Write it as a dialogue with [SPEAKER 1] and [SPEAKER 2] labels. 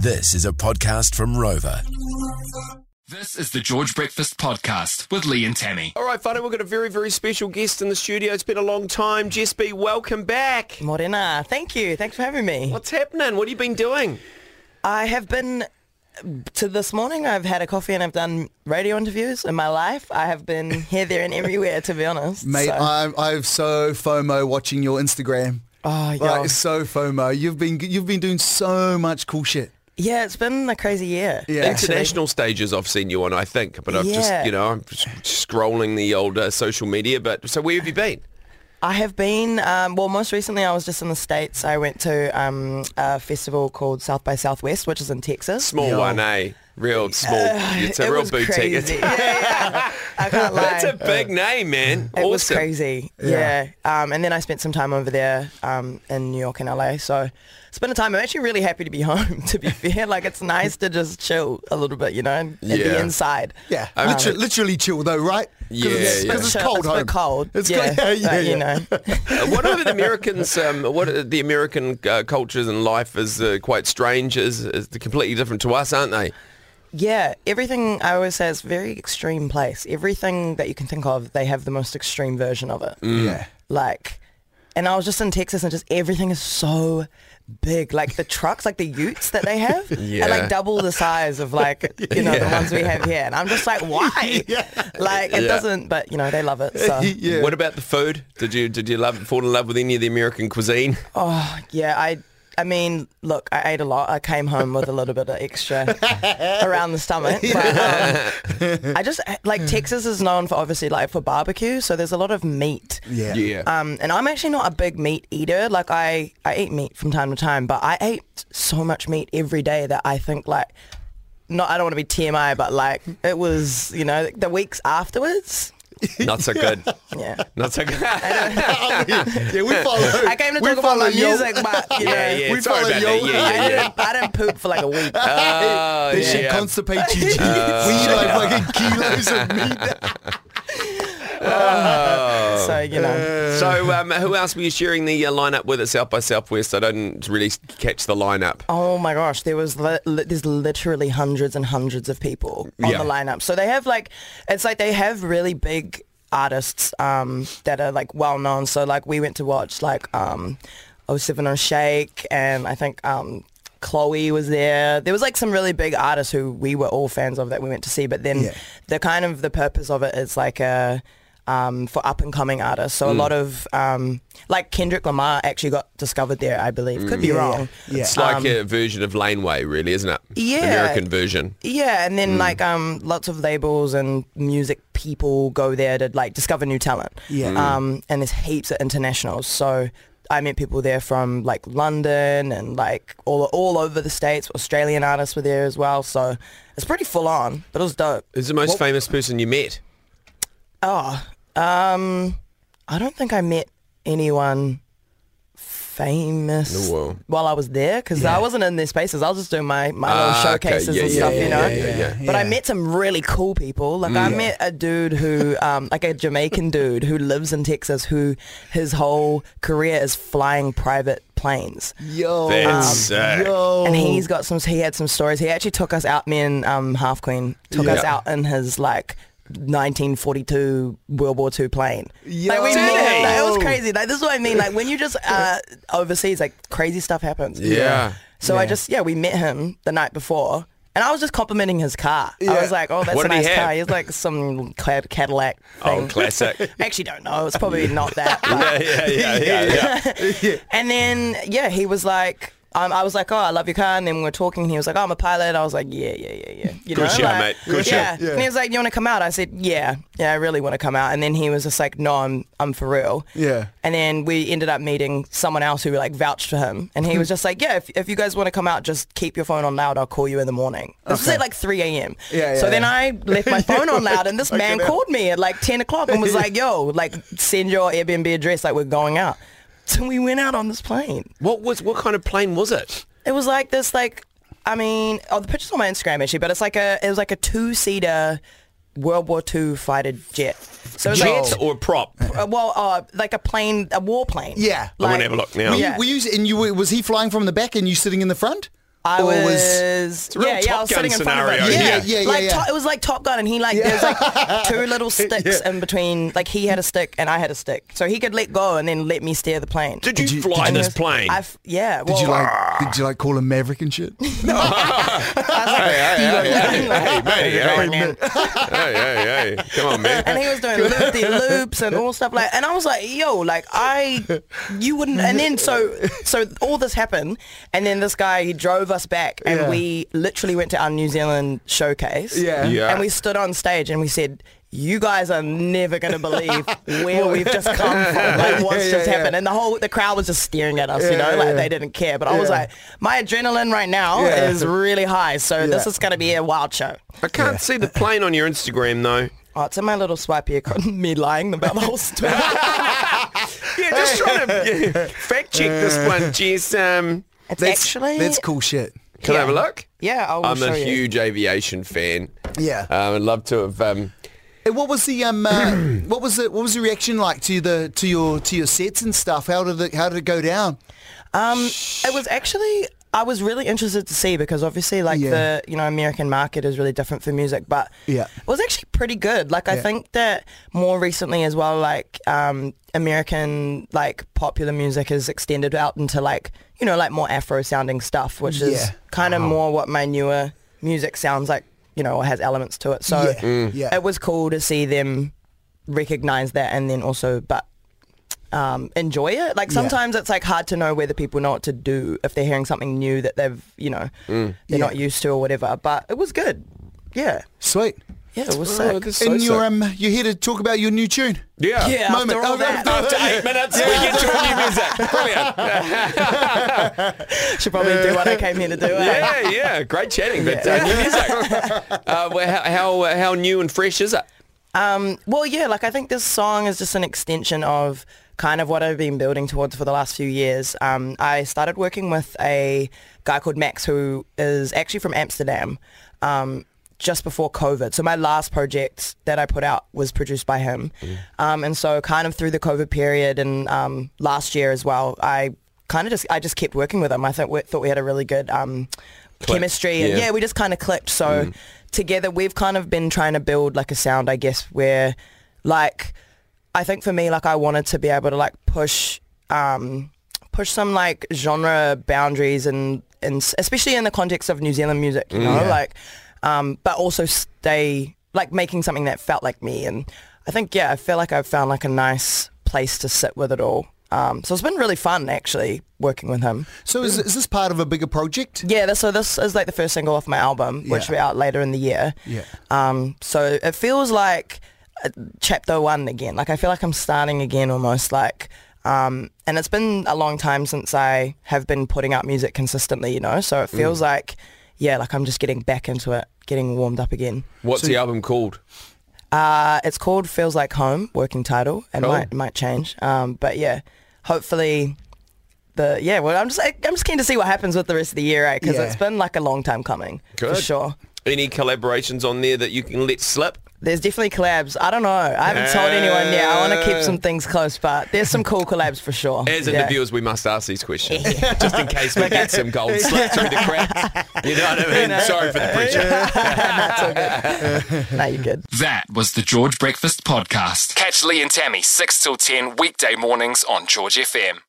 [SPEAKER 1] This is a podcast from Rover.
[SPEAKER 2] This is the George Breakfast Podcast with Lee and Tammy.
[SPEAKER 3] All right, Fano, we've got a very, very special guest in the studio. It's been a long time. Jess B, welcome back.
[SPEAKER 4] Morena, thank you. Thanks for having me.
[SPEAKER 3] What's happening? What have you been doing?
[SPEAKER 4] I have been to this morning. I've had a coffee and I've done radio interviews in my life. I have been here, there, and everywhere. To be honest,
[SPEAKER 5] Mate,
[SPEAKER 4] So-
[SPEAKER 5] I'm, I've so FOMO watching your Instagram.
[SPEAKER 4] Oh,
[SPEAKER 5] Like,
[SPEAKER 4] yo.
[SPEAKER 5] so FOMO. You've been you've been doing so much cool shit.
[SPEAKER 4] yeah, it's been a crazy year.
[SPEAKER 5] Yeah.
[SPEAKER 4] actually.
[SPEAKER 3] International stages I've seen you on, I think, but I've just,
[SPEAKER 4] Yeah.
[SPEAKER 3] you know, I'm just scrolling the old uh, social media. But so where have you been?
[SPEAKER 4] I have been. Um, well, most recently, I was just in the states. I went to um, a festival called South by Southwest, which is in Texas.
[SPEAKER 3] Small one, eh? Real small. it's a
[SPEAKER 4] Uh, it
[SPEAKER 3] real
[SPEAKER 4] was
[SPEAKER 3] boutique.
[SPEAKER 4] Crazy.
[SPEAKER 3] It's,
[SPEAKER 4] yeah, yeah. I can't lie.
[SPEAKER 3] that's a big name, man.
[SPEAKER 4] It
[SPEAKER 3] awesome.
[SPEAKER 4] was crazy. Yeah. Um, and then I spent some time over there um, in New York and LA. So spent a time. I'm actually really happy to be home, to be fair. Like it's nice to just chill a little bit, you know, and, and
[SPEAKER 3] Yeah.
[SPEAKER 4] be inside.
[SPEAKER 5] Yeah,
[SPEAKER 3] Um,
[SPEAKER 5] literally, literally chill though, right? 'Cause it's,
[SPEAKER 3] Yeah,
[SPEAKER 5] 'cause it's
[SPEAKER 4] Chill.
[SPEAKER 5] cold
[SPEAKER 4] it's a
[SPEAKER 5] home.
[SPEAKER 4] bit cold.
[SPEAKER 5] It's
[SPEAKER 4] yeah,
[SPEAKER 5] cold. Yeah, yeah,
[SPEAKER 4] but,
[SPEAKER 5] yeah.
[SPEAKER 4] you know.
[SPEAKER 3] Uh, what are the Americans, um, what are the American uh, cultures and life is uh, quite strange, is, is completely different to us, aren't they?
[SPEAKER 4] Yeah, everything I always say is very extreme place. Everything that you can think of, they have the most extreme version of it.
[SPEAKER 5] Yeah.
[SPEAKER 4] Like, and I was just in Texas and just everything is so big. Like the trucks, like the utes that they have are
[SPEAKER 3] Yeah.
[SPEAKER 4] like double the size of like, you know, the ones we have here. And I'm just like, why? Like it
[SPEAKER 3] Yeah.
[SPEAKER 4] doesn't, but you know, they love it. So
[SPEAKER 5] Yeah.
[SPEAKER 3] What about the food? Did you did you love fall in love with any of the American cuisine?
[SPEAKER 4] oh yeah, I, I mean, look, I ate a lot. I came home with a little bit of extra around the stomach. But, um, I just, like Texas is known for obviously like for barbecue. So there's a lot of meat.
[SPEAKER 5] Yeah.
[SPEAKER 4] Um, and I'm actually not a big meat eater. Like I, I eat meat from time to time, but I ate so much meat every day that I think like, not I don't want to be TMI, but like it was you know the weeks afterwards.
[SPEAKER 3] Not so good.
[SPEAKER 4] Yeah.
[SPEAKER 3] Not so good.
[SPEAKER 5] yeah, we follow.
[SPEAKER 4] I came to
[SPEAKER 5] we
[SPEAKER 4] talk about my
[SPEAKER 5] follow your-
[SPEAKER 4] music, but you know,
[SPEAKER 3] yeah, yeah.
[SPEAKER 5] We
[SPEAKER 3] sorry
[SPEAKER 5] follow
[SPEAKER 3] about
[SPEAKER 5] your-
[SPEAKER 3] that. Yeah, yeah,
[SPEAKER 4] I,
[SPEAKER 3] yeah.
[SPEAKER 4] didn't, I didn't poop for like a week.
[SPEAKER 3] Oh,
[SPEAKER 5] This shit
[SPEAKER 3] yeah.
[SPEAKER 5] constipates you. G.
[SPEAKER 4] Uh,
[SPEAKER 5] we eat like fucking kilos of meat.
[SPEAKER 4] so you know,
[SPEAKER 3] So, um, who else were you sharing the uh, lineup with at South by Southwest? I didn't really catch the lineup.
[SPEAKER 4] oh my gosh, there was li- li- there's literally hundreds and hundreds of people on
[SPEAKER 3] Yeah.
[SPEAKER 4] the lineup. So they have like, it's like they have really big artists um, that are like well known. So like we went to watch like um, 07 and Shake, and I think. Um, Chloe was there. There was like some really big artists who we were all fans of that we went to see. But then
[SPEAKER 5] Yeah.
[SPEAKER 4] the kind of the purpose of it is like a um, for up and coming artists. So a
[SPEAKER 5] Mm.
[SPEAKER 4] lot of um, like Kendrick Lamar actually got discovered there, I believe. Could be wrong.
[SPEAKER 5] Mm. Yeah.
[SPEAKER 3] It's like a version of Laneway, really, isn't it?
[SPEAKER 4] Yeah.
[SPEAKER 3] American version.
[SPEAKER 4] Yeah, and then like um, lots of labels and music people go there to like discover new talent.
[SPEAKER 5] Yeah. Mm.
[SPEAKER 4] Um, and there's heaps of internationals. So I met people there from like London and like all all over the states. Australian artists were there as well. So it's pretty full on, but it was dope.
[SPEAKER 3] Who's the most famous person you met?
[SPEAKER 4] Oh, um, I don't think I met anyone famous
[SPEAKER 3] No, well.
[SPEAKER 4] while I was there because I wasn't in their spaces. I was just doing my, my
[SPEAKER 3] Ah,
[SPEAKER 4] little
[SPEAKER 3] okay.
[SPEAKER 4] showcases
[SPEAKER 3] Yeah,
[SPEAKER 4] and
[SPEAKER 3] yeah,
[SPEAKER 4] stuff,
[SPEAKER 3] yeah,
[SPEAKER 4] you know.
[SPEAKER 3] yeah, yeah, yeah. Mm.
[SPEAKER 4] But I
[SPEAKER 5] Yeah.
[SPEAKER 4] met some really cool people. Like I met a dude who, um, like a Jamaican dude who lives in Texas, who his whole career is flying private planes.
[SPEAKER 5] Yo. Um,
[SPEAKER 3] That's sick.
[SPEAKER 5] Yo.
[SPEAKER 3] Oh.
[SPEAKER 4] And he's got some. He had some stories. He actually took us out. Me and um, Half Queen took
[SPEAKER 3] Yeah.
[SPEAKER 4] us out in his like 1942 World War II plane.
[SPEAKER 5] Yo.
[SPEAKER 4] Like, we
[SPEAKER 5] Did
[SPEAKER 4] met-
[SPEAKER 5] he?
[SPEAKER 4] like, it was crazy. Like this is what I mean. Like when you just uh, overseas, like crazy stuff happens.
[SPEAKER 3] Yeah.
[SPEAKER 4] So I
[SPEAKER 5] Yeah.
[SPEAKER 4] just yeah, we met him the night before. And I was just complimenting his car. I
[SPEAKER 5] Yeah.
[SPEAKER 4] was like, "Oh, that's
[SPEAKER 3] What
[SPEAKER 4] a
[SPEAKER 3] did he
[SPEAKER 4] nice
[SPEAKER 3] have?
[SPEAKER 4] car." It's like some Cad- Cadillac
[SPEAKER 3] Oh,
[SPEAKER 4] thing.
[SPEAKER 3] classic.
[SPEAKER 4] I actually don't know. It's probably not that. but-
[SPEAKER 3] yeah, yeah, yeah, yeah, yeah.
[SPEAKER 4] and then yeah, he was like, um, I was like, oh, I love your car. And then we were talking. And he was like, oh, I'm a pilot. I was like, yeah, yeah, yeah, yeah. You
[SPEAKER 3] Good shout,
[SPEAKER 4] like,
[SPEAKER 3] mate. Good
[SPEAKER 4] yeah.
[SPEAKER 5] shout. Yeah.
[SPEAKER 4] And he was like, you want to come out? I said, yeah, yeah, I really want to come out. And then he was just like, no, I'm, I'm for real.
[SPEAKER 5] Yeah.
[SPEAKER 4] And then we ended up meeting someone else who like vouched for him, and he was just like, yeah, if, if you guys want to come out, just keep your phone on loud. I'll call you in the morning. This was at like 3 a.m.
[SPEAKER 5] Yeah, yeah,
[SPEAKER 4] so then
[SPEAKER 5] yeah.
[SPEAKER 4] I left my phone on loud, and this
[SPEAKER 5] Fucking
[SPEAKER 4] man
[SPEAKER 5] hell.
[SPEAKER 4] called me at like 10 o'clock and was like, yo, like send your Airbnb address, like we're going out. So we went out on this plane.
[SPEAKER 3] What was what kind of plane was it?
[SPEAKER 4] It was like this, like, I mean, oh, the picture's on my Instagram actually, but it's like a, it was like a two-seater World War II fighter jet. So it was
[SPEAKER 3] Jet
[SPEAKER 4] like,
[SPEAKER 3] or prop?
[SPEAKER 4] uh, well, uh, like a plane, a war plane.
[SPEAKER 5] Yeah. I
[SPEAKER 3] wanna have a look now.
[SPEAKER 5] Were you,
[SPEAKER 4] yeah.
[SPEAKER 5] were you, and you were- was he flying from the back and you sitting in the front?
[SPEAKER 4] I
[SPEAKER 5] Or
[SPEAKER 4] was,
[SPEAKER 5] was-
[SPEAKER 3] a real
[SPEAKER 4] yeah, yeah,
[SPEAKER 3] Top
[SPEAKER 4] I was
[SPEAKER 3] Gun
[SPEAKER 4] sitting in front of
[SPEAKER 3] scenario.
[SPEAKER 4] it.
[SPEAKER 5] Yeah, yeah, yeah,
[SPEAKER 4] like
[SPEAKER 5] yeah.
[SPEAKER 4] Top- it was like Top Gun, and he like there's like two little sticks in between. Like he had a stick and I had a stick, so he could let go and then let me steer the plane.
[SPEAKER 3] Did you,
[SPEAKER 5] Did you-
[SPEAKER 3] fly
[SPEAKER 5] did you-
[SPEAKER 3] this plane?
[SPEAKER 4] I've, yeah.
[SPEAKER 5] Did
[SPEAKER 4] well,
[SPEAKER 5] you like? Did you like call him Maverick and shit?
[SPEAKER 4] I was like,
[SPEAKER 3] hey, mate, hey,
[SPEAKER 4] Right, man.
[SPEAKER 3] hey, hey, hey. Come on, man.
[SPEAKER 4] and he was doing loopy loops and all stuff like and I was like yo like I you wouldn't and then so so all this happened and then this guy he drove us back and
[SPEAKER 5] Yeah.
[SPEAKER 4] we literally went to our New Zealand showcase
[SPEAKER 5] Yeah.
[SPEAKER 3] Yeah.
[SPEAKER 4] and we stood on stage and we said you guys are never gonna believe where we've just come from, like what's
[SPEAKER 5] yeah,
[SPEAKER 4] just
[SPEAKER 5] yeah.
[SPEAKER 4] happened, and the whole the crowd was just staring at us, you know,
[SPEAKER 5] yeah,
[SPEAKER 4] like
[SPEAKER 5] yeah.
[SPEAKER 4] they didn't care. But I was
[SPEAKER 5] Yeah.
[SPEAKER 4] like, my adrenaline right now
[SPEAKER 5] Yeah.
[SPEAKER 4] is really high, so this
[SPEAKER 5] Yeah.
[SPEAKER 4] is gonna be a wild show.
[SPEAKER 3] I can't see the plane on your Instagram, though.
[SPEAKER 4] Oh, it's in my little swipe here. Me lying about the whole story.
[SPEAKER 3] Yeah, just trying to yeah, fact check this
[SPEAKER 4] Uh,
[SPEAKER 3] one, Jess. Um,
[SPEAKER 4] It's
[SPEAKER 5] That's,
[SPEAKER 4] actually
[SPEAKER 5] that's cool shit.
[SPEAKER 3] can I have a
[SPEAKER 4] Yeah.
[SPEAKER 3] look?
[SPEAKER 4] Yeah, I'll
[SPEAKER 3] I'm
[SPEAKER 4] show
[SPEAKER 3] a
[SPEAKER 4] you.
[SPEAKER 3] huge aviation fan.
[SPEAKER 5] Yeah.
[SPEAKER 3] Um, I'd love to have. Um,
[SPEAKER 5] And what was the um, uh, what was the what was the reaction like to the to your to your sets and stuff? How did it how did it go down?
[SPEAKER 4] It was actually I was really interested to see because obviously like
[SPEAKER 5] Yeah.
[SPEAKER 4] the you know American market is really different for music, but
[SPEAKER 5] Yeah.
[SPEAKER 4] it was actually pretty good. Like I
[SPEAKER 5] Yeah.
[SPEAKER 4] think that more recently as well, like um, American like popular music has extended out into like you know like more Afro sounding stuff, which is
[SPEAKER 5] Yeah.
[SPEAKER 4] kind of more what my newer music sounds like. You know, or has elements to it. So
[SPEAKER 5] Yeah. Mm. Yeah.
[SPEAKER 4] it was cool to see them recognize that and then also but um, enjoy it like
[SPEAKER 5] Yeah.
[SPEAKER 4] sometimes it's like hard to know whether people know what to do if they're hearing something new that they've you know they're
[SPEAKER 5] Yeah.
[SPEAKER 4] not used to or whatever but it was good yeah
[SPEAKER 5] Sweet.
[SPEAKER 4] yeah it was
[SPEAKER 3] oh,
[SPEAKER 4] sick
[SPEAKER 3] this is so
[SPEAKER 5] and you're
[SPEAKER 3] sick.
[SPEAKER 5] um you're here to talk about your new tune.
[SPEAKER 3] yeah.
[SPEAKER 4] yeah
[SPEAKER 5] moment.
[SPEAKER 4] after all
[SPEAKER 5] Oh,
[SPEAKER 4] that
[SPEAKER 3] After eight minutes, we get to all new music. Brilliant.
[SPEAKER 4] should probably do what I came here to do eh?
[SPEAKER 3] Yeah, yeah. Great chatting, but uh, new music. Uh, well, how, how, uh, how new and fresh is it?
[SPEAKER 4] Well, yeah, like I think this song is just an extension of kind of what I've been building towards for the last few years. Um, I started working with a guy called Max who is actually from Amsterdam um, just before COVID. So my last project that I put out was produced by him. Um, and so kind of through the COVID period and um, last year as well, I kind of just, I just kept working with him. I thought we, thought we had a really good um, chemistry. And
[SPEAKER 3] Yeah.
[SPEAKER 4] yeah, we just kind of clicked. So together, we've kind of been trying to build like a sound, I guess, where like I think for me, like I wanted to be able to like push, um, push some like genre boundaries and and s- especially in the context of New Zealand music, you know, like, um, but also stay like making something that felt like me. And I think yeah, I feel like I've found like a nice place to sit with it all. Um, so it's been really fun actually working with him.
[SPEAKER 5] So is, is this part of a bigger project?
[SPEAKER 4] Yeah, this, so this is like the first single off my album, which will
[SPEAKER 5] Yeah.
[SPEAKER 4] be out later in the year.
[SPEAKER 5] Yeah.
[SPEAKER 4] Um, so it feels like uh, chapter one again. Like I feel like I'm starting again almost like, um, and it's been a long time since I have been putting out music consistently, you know? So it
[SPEAKER 3] Mm.
[SPEAKER 4] feels like, yeah, like I'm just getting back into it, getting warmed up again.
[SPEAKER 3] What's the album called?
[SPEAKER 4] Uh, it's called Feels Like Home, working title, and
[SPEAKER 3] Cool.
[SPEAKER 4] might might change. Um, but yeah, hopefully the yeah. Well, I'm just I'm just keen to see what happens with the rest of the year, right? Because
[SPEAKER 5] Yeah.
[SPEAKER 4] it's been like a long time coming for
[SPEAKER 3] Good.
[SPEAKER 4] sure.
[SPEAKER 3] Any collaborations on there that you can let slip?
[SPEAKER 4] There's definitely collabs. I don't know. I haven't told anyone yet. I want to keep some things close, but there's some cool collabs for sure.
[SPEAKER 3] As
[SPEAKER 4] Yeah.
[SPEAKER 3] interviewers, we must ask these questions just in case we get some gold slip through the cracks. You know what I mean? Sorry for the pressure.
[SPEAKER 4] No, you're good.
[SPEAKER 2] That was the George Breakfast Podcast. Catch Lee and Tammy 6 till 10 weekday mornings on George FM.